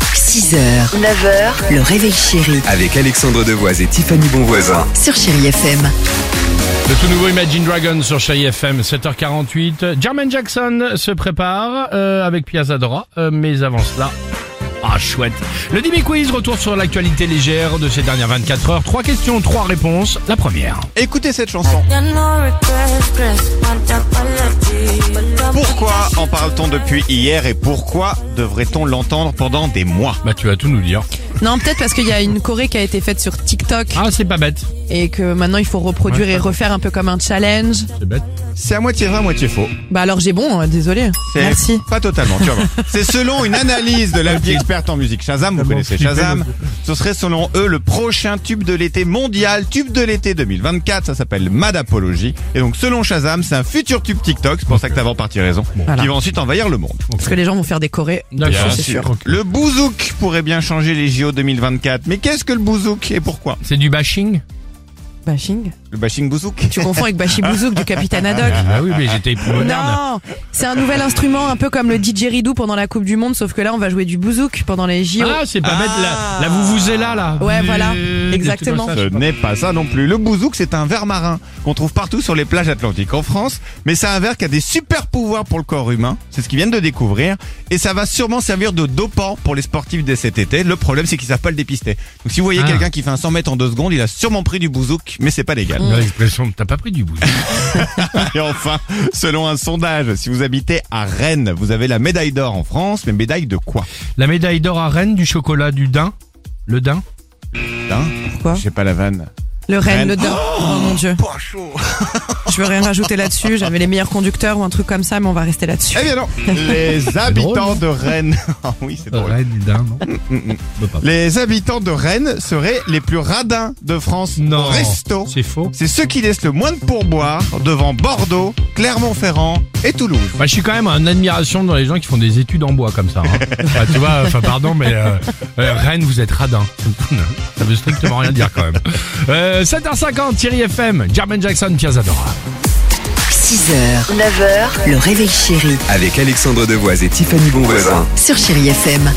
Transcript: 6h, 9h, le réveil chéri Avec Alexandre Devoise et Tiffany Bonvoisin. sur Chéri FM. Le tout nouveau Imagine Dragons sur Chérie FM, 7h48. Jermaine Jackson se prépare euh, avec Piazzadora, euh, mais avant cela... Ah chouette Le Dimi Quiz retour sur l'actualité légère de ces dernières 24 heures. Trois questions, trois réponses. La première. Écoutez cette chanson. Got no regrets, Chris. Want your apology, but love Pourquoi en parle-t-on depuis hier et pourquoi devrait-on l'entendre pendant des mois Bah tu vas tout nous dire. Non, peut-être parce qu'il y a une Corée qui a été faite sur TikTok Ah c'est pas bête. et que maintenant il faut reproduire et refaire un peu comme un challenge. C'est bête. C'est à moitié vrai, à moitié faux. Bah alors j'ai bon, euh, désolé. C'est Merci. Pas totalement, tu vas voir. C'est selon une analyse de la vie experte en musique Shazam, vous connaissez flippé, Shazam. Ce serait selon eux le prochain tube de l'été mondial, tube de l'été 2024, ça s'appelle Mad Apology. Et donc selon Shazam, c'est un futur tube TikTok, c'est pour ça que t'as en partie raison, Voilà. qui va ensuite envahir le monde. Parce que les gens vont faire des Corées. D'accord. c'est sûr. Ok. Le bouzouk pourrait bien changer les JO 2024, mais qu'est-ce que le bouzouk et pourquoi C'est du bashing Bashing Le bashing bouzouk Tu confonds avec Bashibouzouk du Capitaine Haddock. Ah oui mais j'étais plus moderne. Non C'est un nouvel instrument, un peu comme le didgeridoo pendant la Coupe du Monde, sauf que là on va jouer du bouzouk pendant les JO. Ah c'est pas bête, là, là vous vous êtes là là. Ouais, voilà. Euh, des trucs comme Exactement. ça, je Ce sais pas. n'est pas ça non plus. Le bouzouk, c'est un ver marin qu'on trouve partout sur les plages atlantiques en France, mais c'est un ver qui a des super pouvoirs pour le corps humain. C'est ce qu'ils viennent de découvrir. Et ça va sûrement servir de dopant pour les sportifs dès cet été. Le problème, c'est qu'ils savent pas le dépister. Donc si vous voyez Ah. quelqu'un qui fait un 100 mètres en deux secondes, il a sûrement pris du bouzouk, mais c'est pas légal. L'expression, t'as pas pris du bout. Et enfin, selon un sondage, si vous habitez à Rennes, vous avez la médaille d'or en France, mais médaille de quoi La médaille d'or à Rennes du chocolat du daim. Le daim. Putain, Pourquoi Hein? J'ai pas la vanne. Le Rennes, Rennes. le Dain. Oh mon dieu. Pas chaud. Je veux rien rajouter là-dessus. J'avais les meilleurs conducteurs ou un truc comme ça, mais on va rester là-dessus. Eh bien non, les habitants de Rennes. Ah oui, c'est drôle. Rennes du daim, non Bah, pas- Les habitants de Rennes seraient les plus radins de France. Non. au Resto. C'est faux. C'est ceux qui laissent le moins de pourboire devant Bordeaux, Clermont-Ferrand et Toulouse. Bah, je suis quand même en admiration dans les gens qui font des études en bois comme ça. hein. Enfin, tu vois, enfin pardon, mais euh, euh, Rennes, vous êtes radin. ça veut strictement rien dire quand même. Euh, 7h50, Thierry FM, Jermaine Jackson, Piazzadora. 6h, 9h, le réveil chéri Avec Alexandre Devoise et Tiffany Bonvoisin. sur Chéri FM.